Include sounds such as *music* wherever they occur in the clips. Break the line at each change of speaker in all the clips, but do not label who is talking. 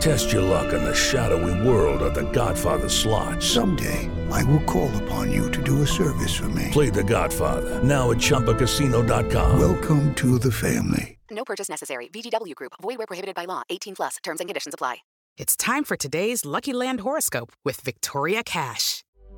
Test your luck in the shadowy world of The Godfather slot. So
Someday, I will call upon you to do a service for me.
play The Godfather now at ChumbaCasino.com.
Welcome to the family.
No purchase necessary. VGW Group. Void where prohibited by law. 18 plus. Terms and conditions apply.
It's time for today's Lucky Land horoscope with Victoria Cash.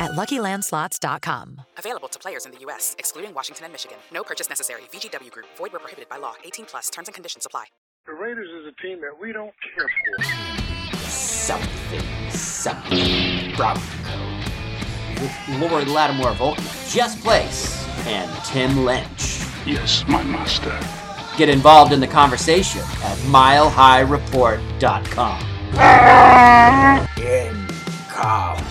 at luckylandslots.com.
Available to players in the U.S., excluding Washington and Michigan. No purchase necessary. VGW Group. Void where prohibited by law. 18 plus. Terms and conditions apply.
The Raiders is a team that we don't care for.
something, something. Bravo Code. With Lord Lattimore Volkman, Jess Place, and Tim Lynch.
Yes, my master.
Get involved in the conversation at milehighreport.com. Incomplete.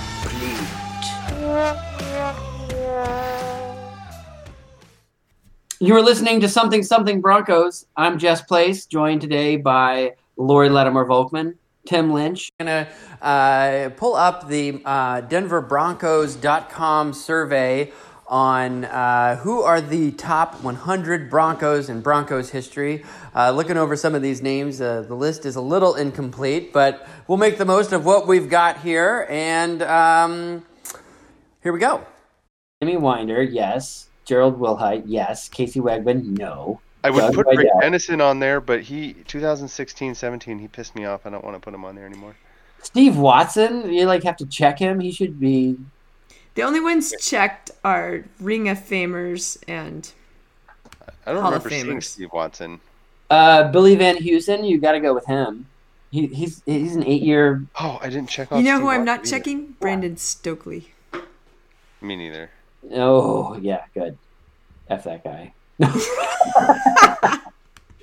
You are listening to Something Something Broncos. I'm Jess Place, joined today by Lori Latimer Volkman, Tim Lynch. I'm going to uh, pull up the uh, DenverBroncos.com survey on uh, who are the top 100 Broncos in Broncos history. Uh, looking over some of these names, uh, the list is a little incomplete, but we'll make the most of what we've got here. And um, here we go. Jimmy Winder, yes. Gerald Wilhite, yes. Casey Wegman, no.
I would
Doug
put
Bidell.
Rick Dennison on there, but he 2016 17 he pissed me off. I don't want to put him on there anymore.
Steve Watson, you like have to check him. He should be.
The only ones checked are Ring of Famers and
I don't
Hall of
remember seeing
Famers.
Steve Watson.
Uh, Billy Van Heusen, you got to go with him. He, he's he's an eight year.
Oh, I didn't check.
you
off
know
Steve
who I'm
Watson
not
either.
checking? Brandon Stokely.
Me neither.
Oh yeah, good. F
*laughs*
that guy.
I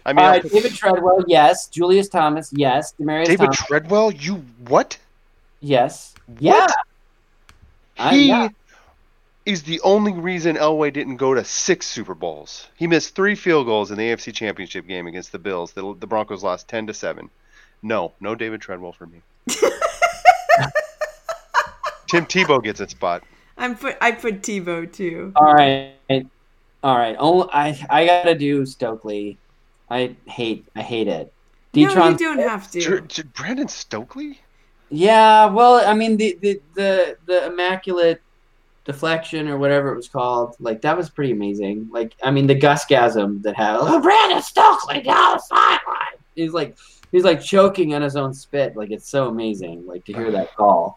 mean,
Uh,
I'll put-
David Treadwell, yes. Julius Thomas, yes. Demarius
David
Thomas,
Treadwell. You what?
yes. Yeah. I-
He
yeah.
is the only reason Elway didn't go to six Super Bowls. He missed three field goals in the AFC Championship game against the Bills. The, the Broncos lost ten to seven. No, no David Treadwell for me. Tim Tebow gets a spot.
I'm put I put Tebow too.
Uh,
All right. All right. Only, Oh, I I gotta do Stokely. I hate I hate it.
no,
Detron
you don't have to.
Dr- Dr- Brandon Stokely?
Yeah, well, I mean the the the, the immaculate deflection or whatever it was called, like that was pretty amazing. Like I mean the gusgasm that had oh, Brandon Stokely down the sideline. He's like he's like choking on his own spit. Like it's so amazing. Like to hear that call.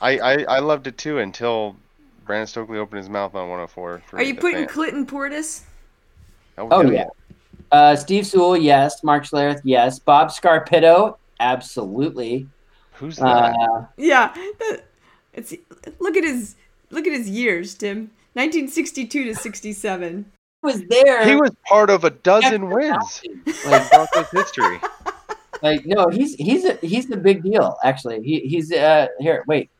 I, I, I loved it too until Brandon Stokely opened his mouth on 104. For
Are you
the
putting
fans.
Clinton Portis?
Oh yeah. Uh, Steve Sewell, yes. Mark Schlereth, yes. Bob Scarpitto, absolutely.
Who's that?
Uh,
Yeah. that- it's look at his look at his years, Tim. 1962 to 67.
he was there.
he was part of a dozen
after
wins *laughs*
Falcons. Like
in Broncos history.
Like no, he's he's a, he's a big deal actually. He he's uh here wait,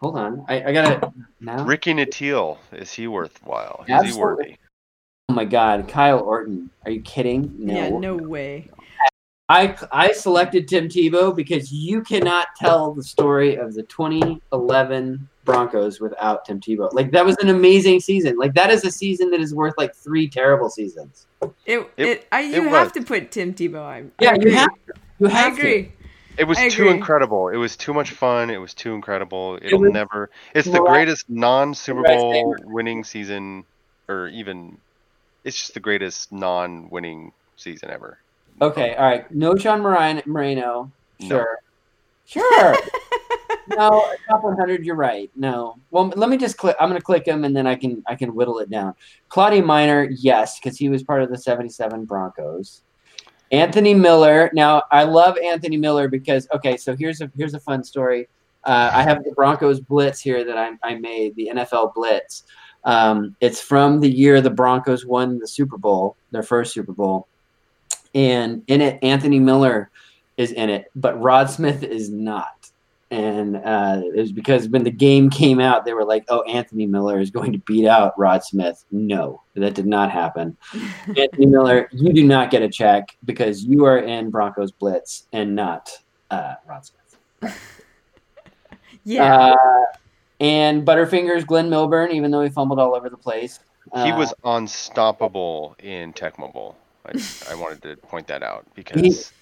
Hold on, I, I gotta now.
Ricky Natil, is he worthwhile? Is he
Absolutely.
worthy?
Oh my God, Kyle Orton. Are you kidding?
Yeah, no way.
I I selected Tim Tebow because you cannot tell the story of the 2011 Broncos without Tim Tebow. Like that was an amazing season. Like that is a season that is worth like three terrible seasons.
It, it, I,
it
you have
was.
to put Tim Tebow on.
Yeah,
I
you
agree.
have You
I
have to.
agree.
It was
I
too
agree.
incredible. It was too much fun. It was too incredible. It'll
was-
never. It's the
Well, I-
greatest non Super
Right,
Bowl
favorite.
winning season, or even. It's just the greatest non winning season ever.
Okay, all right. No John Morin- Moreno.
No.
Sure. Sure. no, a couple hundred. You're right. No. Well, let me just click. I'm going to click him, and then I can I can whittle it down. Claudia Miner, yes, because he was part of the '77 Broncos. Anthony Miller. Now I love Anthony Miller because okay, so here's a here's a fun story. Uh, I have the Broncos blitz here that I, I made the NFL blitz. Um, it's from the year the Broncos won the Super Bowl, their first Super Bowl and in it anthony miller is in it but rod smith is not and uh, it was because when the game came out they were like oh anthony miller is going to beat out rod smith no that did not happen anthony miller you do not get a check because you are in broncos blitz and not uh, rod smith
*laughs* Yeah.
uh, and butterfingers glenn milburn even though he fumbled all over the place
he
Uh,
was unstoppable in Tecmo Bowl. I, I wanted to point that out because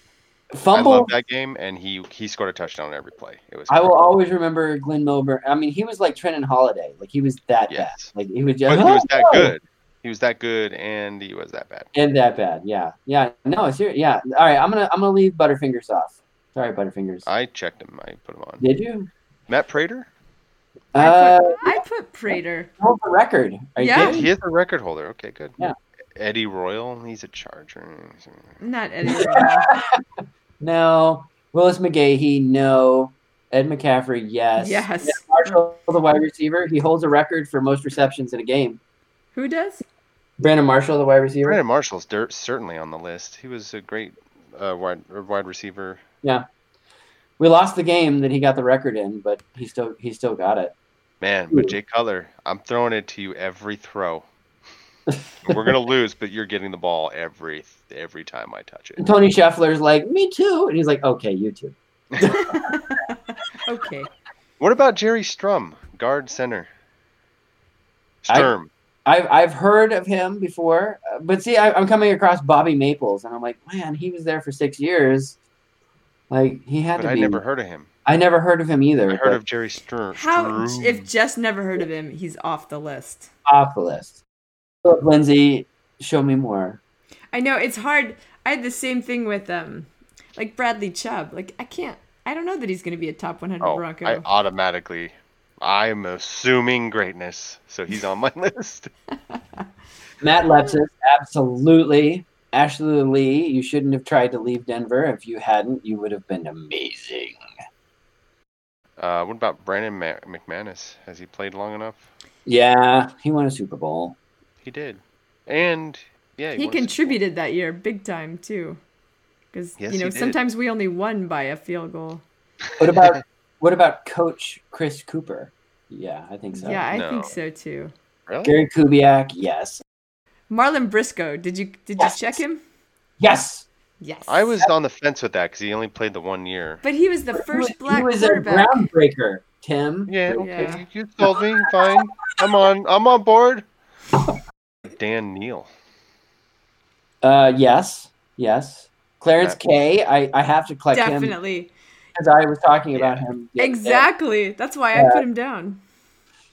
fumble
I love that game, and he he scored a touchdown on every play. It was.
I will always remember Glenn Milburn. I mean, he was like Trenton Holiday. Like he was that
Yes.
bad. Like he was
But
just
he was that
"Oh, no."
good. He was that good, and he was that bad.
and that bad. Yeah, yeah. No, it's here. Yeah. All right, I'm gonna I'm gonna leave Butterfingers off. Sorry, Butterfingers.
I checked him. I put him on.
Did you?
Matt Prater.
I,
Uh,
put, I put Prater.
hold the record. Are you
Yeah.
Yeah,
kidding?
he is a record holder. Okay, good.
Yeah.
Eddie Royal, he's a Charger.
Not Eddie.
*laughs*
Royal.
No. Willis McGahee. No. Ed McCaffrey. Yes.
yes.
Marshall, the wide receiver, he holds a record for most receptions in a game.
Who does?
Brandon Marshall, the wide receiver.
Brandon Marshall's dirt certainly on the list. He was a great uh, wide wide receiver.
Yeah. We lost the game that he got the record in, but he still he still got it.
Man, but Jay Cutler, I'm throwing it to you every
*laughs*
throw. We're gonna lose, but you're getting the ball every every time I touch
And
it.
Tony Scheffler's like, me too. And he's like, okay, you too.
Okay.
What about Jerry Strum, guard center?
I-
Sturm.
I've, I've heard of him before, uh, but see, I, I'm coming across Bobby Maples, and I'm like, man, he was there for six years. Like, he had
but
to
I
be.
never heard of him.
I never heard of him either.
I
but
heard of Jerry Sturm.
How
Strum.
if Jess never heard of him, he's off the list.
off the list. Philip Lindsay, show me more.
I know it's hard. I had the same thing with um, like Bradley Chubb. Like I can't. I don't know that he's going to be a top 100
Oh,
Bronco.
I automatically. I'm assuming greatness, so he's on my *laughs* list.
Matt Lepsis, absolutely. Ashley Lee, you shouldn't have tried to leave Denver. If you hadn't, you would have been amazing.
Uh, what about Brandon Ma- McManus? Has he played long enough?
Yeah, he won a Super Bowl.
He did, and yeah,
he
won a Super Bowl.
contributed that year big time too, because
Yes,
you
he
know
did.
sometimes we only won by a field goal.
What about
*laughs*
what about Coach Chris Cooper? Yeah, I think so.
yeah, I
No.
think so too.
Really?
Gary Kubiak, yes.
Marlon Briscoe. Did you did
Yes.
you check him?
Yes.
Yes.
I was on the fence with that because he only played the one year.
But he was the
He was-
first black
he was a
quarterback.
groundbreaker, Tim.
Yeah, okay,
Yeah.
you you told me. Fine, I'm on. I'm on board. Dan Neal.
Uh, yes, yes. Clarence
That-
K. I, I have to collect him
Definitely.
because I was talking about him. the other day.
Exactly. That's why I
Yeah.
put him down.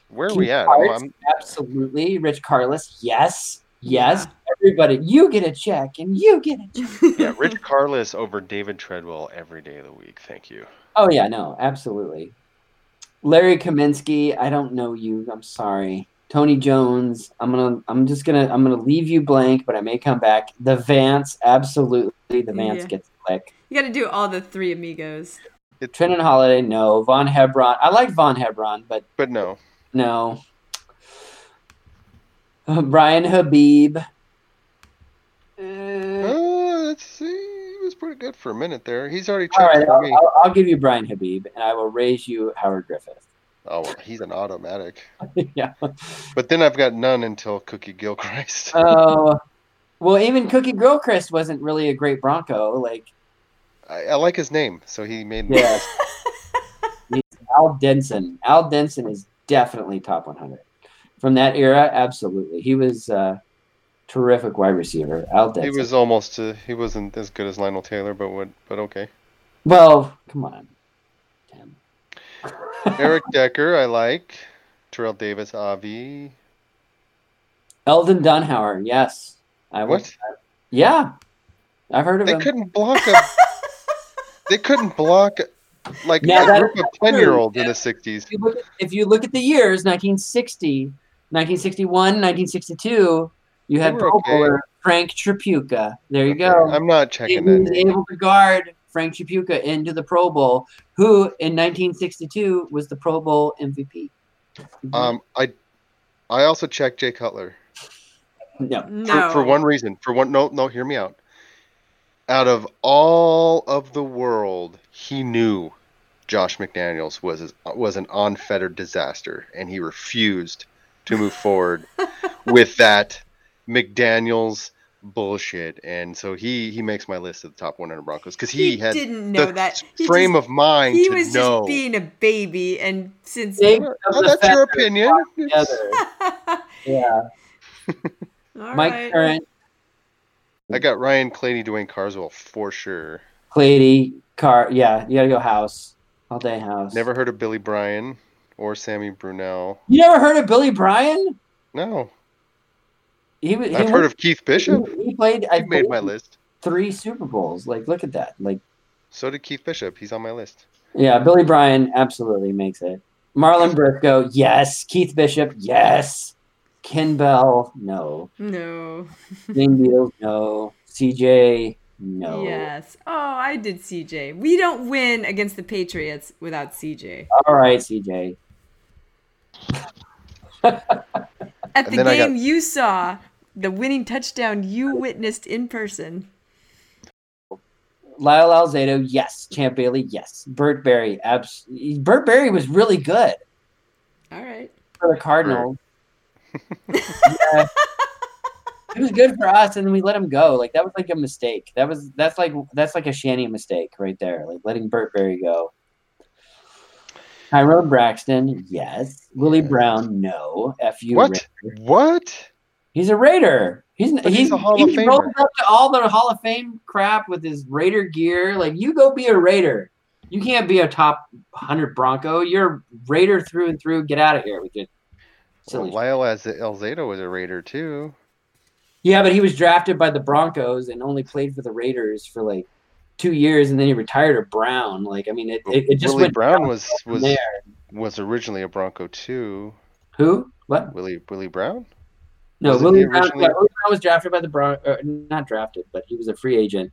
Where are
Keith
we at? I'm,
Parts,
I'm-
absolutely. Rich Carlos. Yes, yes. Everybody, you get a check and you get a check.
yeah,
*laughs*
Rich Carlos over David Treadwell every day of the week. Thank you.
Oh yeah, no, absolutely. Larry Kaminsky. I don't know you. I'm sorry. Tony Jones. I'm gonna. I'm just gonna. I'm gonna leave you blank, but I may come back. The Vance. Absolutely. The Vance
Yeah.
gets a click.
You got to do all the three amigos.
Trenton Holiday, no. Von Hebron. I like Von Hebron, but
But no,
no. Uh, Brian Habib. Uh,
Uh, let's see. He was pretty good for a minute there. He's already
all
checked
right,
for
I'll,
me.
I'll, I'll give you Brian Habib, and I will raise you Howard Griffith. *laughs*
Oh, well, he's an automatic.
yeah.
But then I've got none until Cookie Gilchrist.
Oh, well, even Cookie Gilchrist wasn't really a great Bronco. Like
I, I like his name, so he made the *laughs*
Yeah.
list.
He's Al Denson. Al Denson is definitely top 100 from that era. Absolutely, he was a terrific wide receiver. Al
He
Denson.
was almost. Uh, he wasn't as good as Lionel Taylor, but what? But
*laughs*
okay.
well, come on.
Eric Decker, I like. Terrell Davis, Avi.
Eldon Dunhauer. Yes, I would-
What?
Yeah, I've heard of
They
him.
couldn't block a. they couldn't block like
Now
a
that-
group of ten year olds in the sixties.
If you look at, if you look at the years 1960 1961 1962 you had
were
pro
okay.
bowler frank trapuka there you go
I'm not
he
checking
was
that. name.
able to guard frank trapuka into the pro bowl who in 1962 was the pro bowl mvp
Um, I, I also checked Jay Cutler
no
No.
for, for one reason. For one, no, no, hear me out. Out of all of the world, he knew Josh McDaniels was his, was an unfettered disaster, and he refused to
*laughs*
move forward with that McDaniels bullshit. And so he he makes my list of the top 100 Broncos because he,
He
had
didn't know
the
that. He
frame
just-
of mind
He
to
was
know.
just being a baby, and since
Big
all
of
Oh,
the
that's your
feathers
opinion. *laughs*
together. yeah mike
right.
current
I got Ryan Clady, Dwayne Carswell for sure.
clady car yeah you gotta go house all day house
Never heard of Billy Bryan or Sammy Brunel.
you never heard of billy bryan
No,
he, wa- he
I've
wa-
heard of Keith Bishop.
He, he played. I
He made my
believe,
list.
three Super Bowls. Like, look at that. Like,
So did Keith Bishop. He's on my list.
yeah, Billy Bryan absolutely makes it. Marlon Briscoe, yes. Keith Bishop, yes. Ken Bell, no.
No.
Zane Beal, no. CJ, no.
Yes. Oh, I did CJ. We don't win against the Patriots without CJ.
All right, CJ.
At the
then I got-
game you saw, the winning touchdown you witnessed in person.
Lyle Alzado, yes. Champ Bailey, yes. Burt Berry, abs. Burt Berry was really good
All right.
for the Cardinals. Yeah. *laughs* It was good for us, and then we let him go. Like that was like a mistake. That was that's like that's like a Shanny mistake right there. Like letting Burt Berry go. Tyrone Braxton, yes. Willie Brown, no. Fu.
What? What?
He's a Raider. He's
But he's a Hall
he
of Famer.
rolls up to all the Hall of Fame crap with his Raider gear. Like you go be a Raider. You can't be a top hundred Bronco. You're Raider through and through. Get out of here with your
Well,
silly
Lyle as Elzado was a Raider too.
Yeah, but he was drafted by the Broncos and only played for the Raiders for like two years, and then he retired at Brown. Like, I mean, it, it, it just
Willie
went
Brown was
from
was
there.
was originally a Bronco too.
Who? What?
Willie Willie Brown.
No,
Was it
Willie
the
Brown, yeah,
originally-
Willie Brown was drafted by the Broncos. Uh, not drafted, but he was a free agent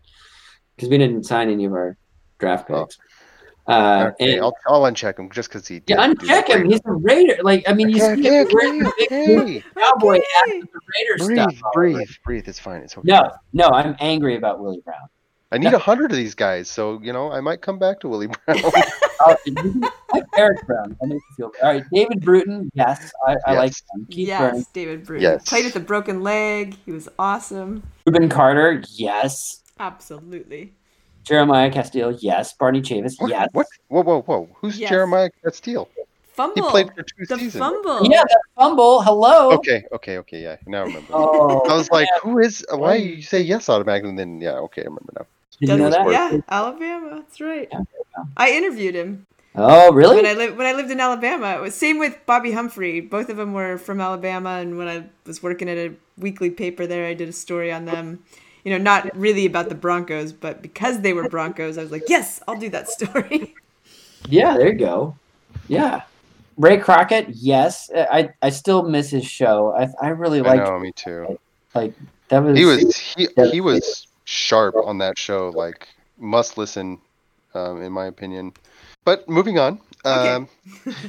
because we didn't sign any of our draft
Oh.
picks. Uh,
okay,
and-
I'll, I'll uncheck him just because he.
yeah,
did do
uncheck
the
him.
Raider.
He's a Raider. Like, I mean, you
Okay,
see
okay,
him wearing the
okay,
big blue
okay.
cowboy hat with the Raider
Breathe,
stuff. all over.
breathe, breathe. It's fine. It's okay.
No, no, I'm angry about Willie Brown.
I need a hundred of these guys, so you know I might come back to Willie
*laughs*
Brown.
*laughs* Oh, you can- like Eric Brown. That makes me feel All right, David Bruton. Yes, I, I like
Yes.
him. Keith
yes,
Burns.
David Bruton.
*laughs* Yes.
Played with a broken leg. He was awesome.
Ruben Carter. Yes.
Absolutely.
Jeremiah Castillo. Yes. Barney Chavis.
What?
Yes.
What? Whoa, whoa, whoa! Who's
Yes.
Jeremiah Castile?
Fumble.
played for two
the
seasons.
fumble.
Yeah, that fumble. Hello.
Okay, okay, okay. Yeah, now I remember.
Oh,
I was like, who is? Why
Why-
you say yes automatically? And then yeah, okay, I remember now.
did you know
Doesn't-
that?
Yeah, Alabama. That's right. I interviewed him
Oh,
when I
really?
lived when I lived in Alabama. It was same with Bobby Humphrey. Both of them were from Alabama, and when I was working at a weekly paper there, I did a story on them. You know, not really about the Broncos, but because they were Broncos, I was like, yes, I'll do that *laughs* story.
Yeah, there you go. Yeah. Ray Crockett. Yes. I I still miss his show. I I really
I
like
know, me too.
like that was
He was he he was sharp on that show. Like must listen, um, in my opinion. But moving on. Um,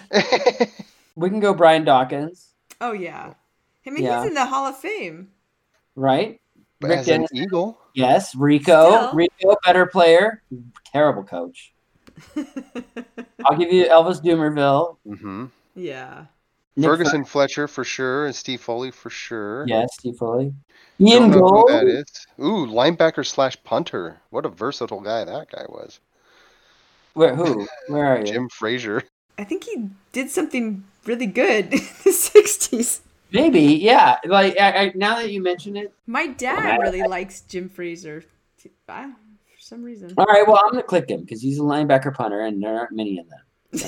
*laughs*
*laughs*
We can go Brian Dawkins,
Oh yeah, I mean
Yeah.
he's in the Hall of Fame.
right? Rick
as an
Dennis.
eagle,
Yes, Rico.
Still. *laughs*
Rico, better player, terrible coach. I'll give you Elvis Doomerville.
Mm-hmm.
Yeah.
Nick
Ferguson Fletcher for sure, and Steve Foley for sure.
Yes, Steve Foley.
Don't
Ian
know who
Gold.
that is. Ooh, linebacker slash punter. What a versatile guy that guy was.
Where who? Where are you?
Jim Frazier.
I think he did something really good in the 60s.
Maybe, yeah. Like I, I, now that you mention it.
My dad really likes Jim Fraser. I, for some reason.
All right, well, I'm gonna click him because he's a linebacker punter, and there aren't many of them.
Maybe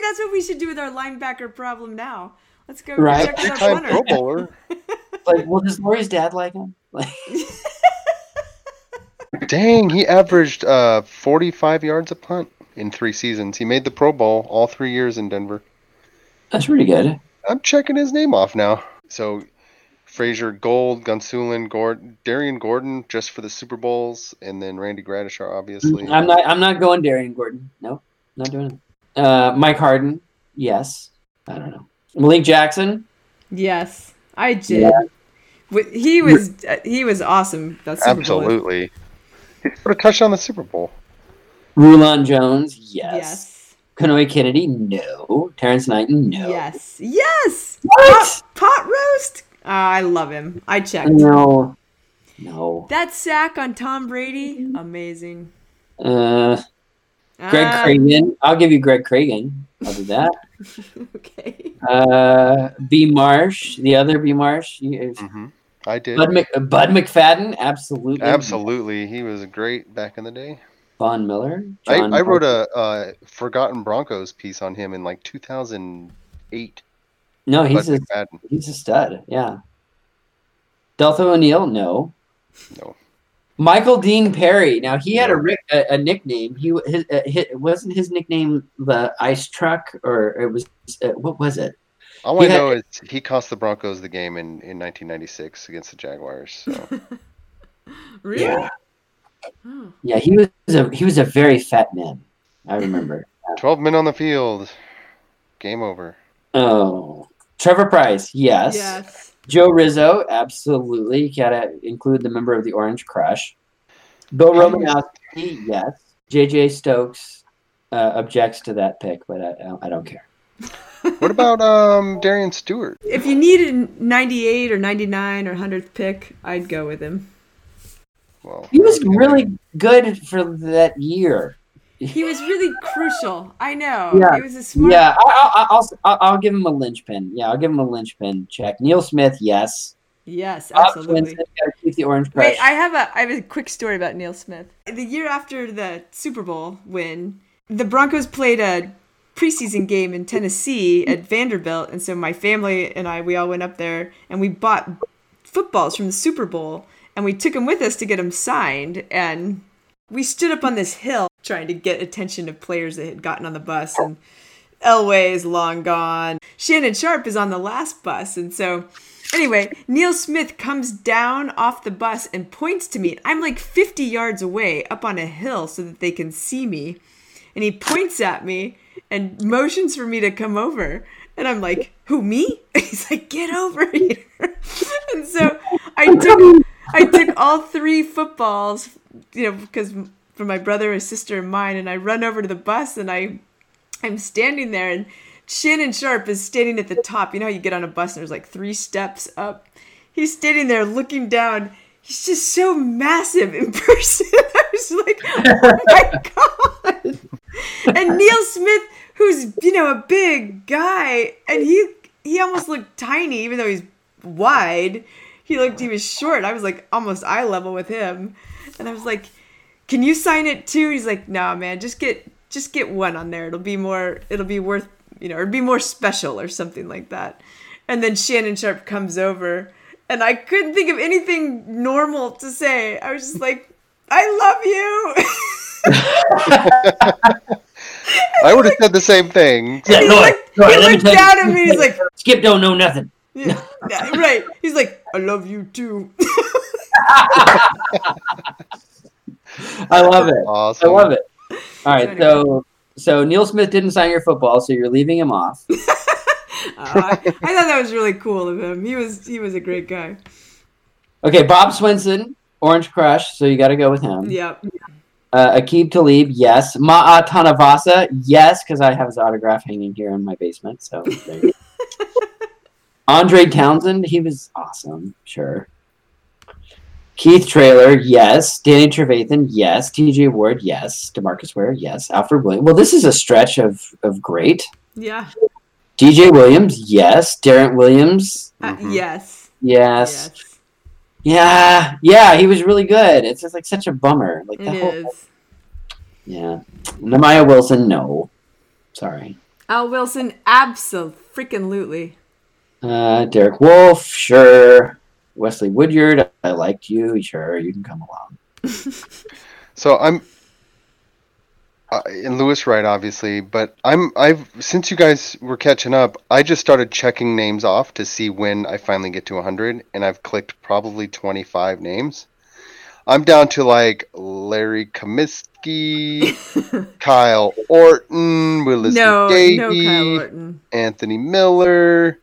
that's what we should do with our linebacker problem now. Let's go
Right.
check
Big
with our
time Pro
punter. *laughs*
Bowler.
Like, well, does Lori's dad like him? *laughs* Like,
Dang, he averaged uh, 45 yards a punt in three seasons. He made the Pro Bowl all three years in Denver.
that's pretty good.
I'm checking his name off now. So, Frazier, Gold, Gunsulin, Gord, Darian Gordon, just for the Super Bowls, and then Randy Gradishar, obviously.
Mm, I'm not. I'm not going Darian Gordon. Nope, not doing it. Uh, Mike Harden. Yes. I don't know. Malik Jackson.
Yes, I did.
Yeah.
Wi- He was uh, he was awesome. That Super Bowl.
Absolutely. He put a touchdown in the Super Bowl.
Rulon Jones. Yes.
Yes.
Kenoy Kennedy. No. Terrence Knighton. No.
Yes. Yes.
What?
Pot, pot roast. Ah, I love him. I checked.
No. No.
That sack on Tom Brady, amazing.
Uh, Greg
Ah,
Cragen. I'll give you Greg Cragen. I'll do that.
Okay.
Uh, B. Marsh. The other B. Marsh. you-
Mm. Mm-hmm. I did.
Bud, Mc, Bud McFadden. Absolutely.
Absolutely. He was great back in the day.
Von Miller.
I,
John
I wrote a uh, Forgotten Broncos piece on him in like 2008.
No, he's
Bud
a
McFadden.
He's a stud, yeah. Delta O'Neill, no.
No.
Michael Dean Perry. Now he had a ri- a, a nickname. He his, uh, his wasn't his nickname the ice truck or it was uh, what was it?
All I
He had-
know is he cost the Broncos the game in, in 1996 against the Jaguars.
*laughs*
So.
Really?
Yeah. Yeah, he was a he was a very fat man. I remember.
12 men on the field. Game over.
oh, Trevor Price, yes.
Yes.
Joe Rizzo, absolutely. You gotta include the member of the Orange Crush. Bill
How do you-
Romanowski, yes. JJ Stokes uh, objects to that pick, but I, I don't- I don't care.
What about um, Darian Stewart?
If you needed 98 or 99 or 100th pick, I'd go with him.
Well,
He was really good for that year.
He was really crucial. I know.
Yeah.
It was a smart.
Yeah, I, I, I'll, I'll I'll give him a linchpin. Yeah, I'll give him a linchpin check. Neil Smith, yes.
Yes,
Bob
absolutely.
Swinson, gotta keep the Orange Crush.
Wait, I have a I have a quick story about Neil Smith. The year after the Super Bowl win, the Broncos played a preseason game in Tennessee at Vanderbilt, and so my family and I we all went up there and we bought footballs from the Super Bowl and we took them with us to get them signed and we stood up on this hill trying to get attention of players that had gotten on the bus and Elway is long gone. Shannon Sharp is on the last bus. And so, anyway, Neil Smith comes down off the bus and points to me. I'm like 50 yards away up on a hill so that they can see me. And he points at me and motions for me to come over. And I'm like, who, me? *laughs* And he's like, get over here. *laughs* and so I took, I took all three footballs, you know, because for my brother, his sister, and mine. And I run over to the bus and I I'm standing there and Shannon Sharp is standing at the top. You know how you get on a bus and there's like three steps up? He's standing there looking down. He's just so massive *laughs* in person. I was like, oh my God. And Neil Smith, who's, you know, a big guy, and he he almost looked tiny, even though he's wide. He looked he was short. I was like almost eye level with him. And I was like, can you sign it too? He's like, nah, man, just get just get one on there. It'll be more. It'll be worth you know, it'll be more special or something like that. And then Shannon Sharp comes over, and I couldn't think of anything normal to say. I was just like, I love you.
*laughs* I would have said the same thing.
yeah,
he
go ahead,
looked-
go ahead,
he
let me
looked
tell you.
down at me, he's like-
Skip don't know nothing.
Yeah, yeah, right. He's like, I love you too.
I love it. I
Awesome.
love
*laughs*
it. All right, so so Neil Smith didn't sign your football, so you're leaving him off.
Uh, I, I thought that was really cool of him. He was he was a great guy.
Okay, Bob Swinson, Orange Crush, so you got to go with him.
Yeah.
Uh, Akib Talib, yes. Ma'a Tanavasa, yes, because I have his autograph hanging here in my basement. So there you go. Andre Townsend, he was awesome, sure. Keith Trailer, yes. Danny Trevathan, yes. TJ Ward, yes. Demarcus Ware, yes. Alfred Williams. Well, this is a stretch of, of great.
Yeah.
DJ Williams, yes. Darren Williams,
Uh, yes.
yes. Yeah, yeah, he was really good. It's just like such a bummer. Like
It
the whole
is.
yeah. Namiah Wilson, no. Sorry.
Al Wilson, absolutely.
Uh, Derek Wolf, sure. Wesley Woodyard, I liked you. Sure, you can come along.
So I'm uh, and Lewis Wright, obviously, but I'm I've since you guys were catching up, I just started checking names off to see when I finally get to 100, and I've clicked probably 25 names. I'm down to like
*laughs*
Larry Comiskey, Kyle Orton, Willis
No,
Davey,
no Kyle Orton.
Anthony Miller,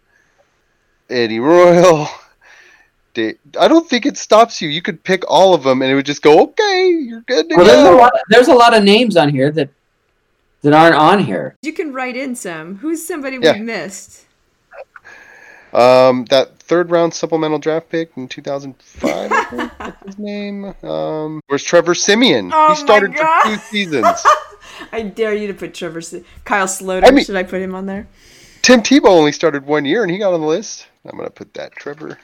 Eddie Royal. *laughs* Da- I don't think it stops you. You could pick all of them, and it would just go, "Okay, you're good to
Well, there's a
go."
lot. There's a lot of names on here that that aren't on here.
You can write in some. Who's somebody
Yeah.
we missed?
Um, that third round supplemental draft pick in 2005. I think,
*laughs*
what's his name? Um, where's Trevor Simeon?
Oh my
he started for
God.
two seasons.
*laughs* I dare you to put Trevor, S- Kyle Sloter.
I mean-
Should I put him on there?
Tim Tebow only started one year, and he got on the list. I'm gonna put that Trevor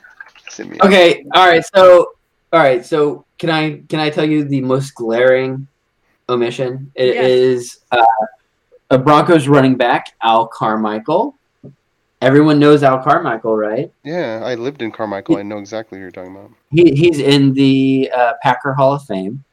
Simeon.
Okay. All right. So, all right. So, can I can I tell you the most glaring omission? It
Yes.
is uh, a Broncos running back, Al Carmichael. Everyone knows Al Carmichael, right?
Yeah, I lived in Carmichael. I know exactly who you're talking about.
He, he's in the uh, Packer Hall of Fame.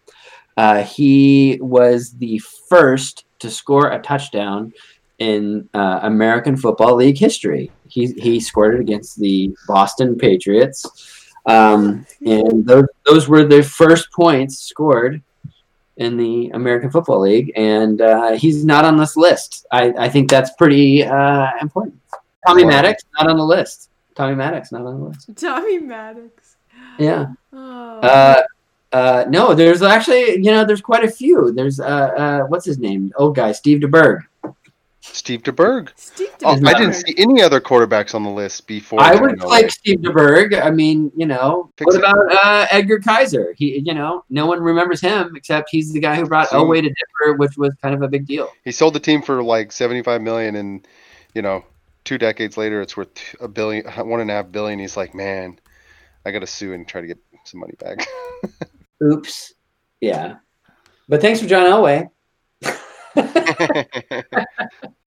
Uh, he was the first to score a touchdown in uh, American Football League history. He, he scored it against the Boston Patriots. Um, and those, those were the first points scored in the American Football League. And uh, he's not on this list. I, I think that's pretty uh, important. Tommy
Wow.
Maddox, not on the list. Tommy Maddox, not on the list.
Tommy Maddox.
Yeah.
Oh.
Uh, uh, no, there's actually, you know, there's quite a few. There's, uh, uh, what's his name? Old guy, Steve DeBerg.
Steve DeBerg.
Steve
Oh, I
DeBerg.
didn't see any other quarterbacks on the list before.
I
John
would
Elway.
like Steve DeBerg. I mean, you know,
Fix
what
it.
about uh, Edgar Kaiser? He, you know, no one remembers him except he's the guy who brought
So-
Elway to Denver, which was kind of a big deal.
he sold the team for like 75 million and you know two decades later it's worth a billion one and a half billion he's like man i gotta sue and try to get some money back *laughs*
Oops. Yeah. But thanks for John Elway.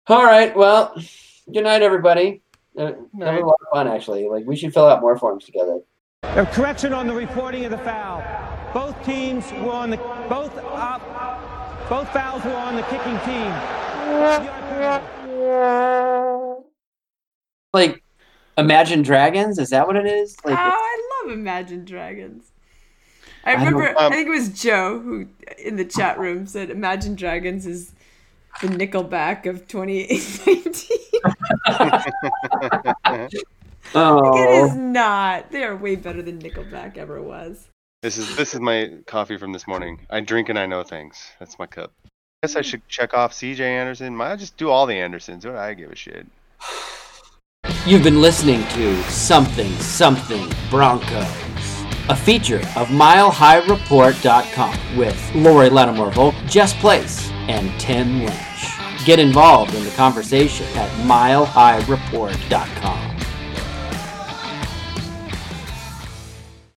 All right. Well, good night, everybody. Uh, that was a lot of fun, actually. Like, we should fill out more forms together.
A correction on the reporting of the foul. Both teams were on the both up. Both fouls were on the kicking team.
Like, Imagine Dragons? Is that what it is?
Oh,
Like,
I love Imagine Dragons. I
I don't-
remember, I,
um,
think it was Joe who in the chat room said Imagine Dragons is the Nickelback of 2019. It is
oh,
not. They are way better than Nickelback ever was.
this is this is my coffee from this morning i drink and i know things that's my cup i guess i should check off cj anderson i just do all the andersons what do i give a shit
you've been listening to Something Something Broncos, a feature of MileHighReport.com with Lori Lattimore Volk, Jess Place, and Tim Lynch. Get involved in the conversation at MileHighReport.com.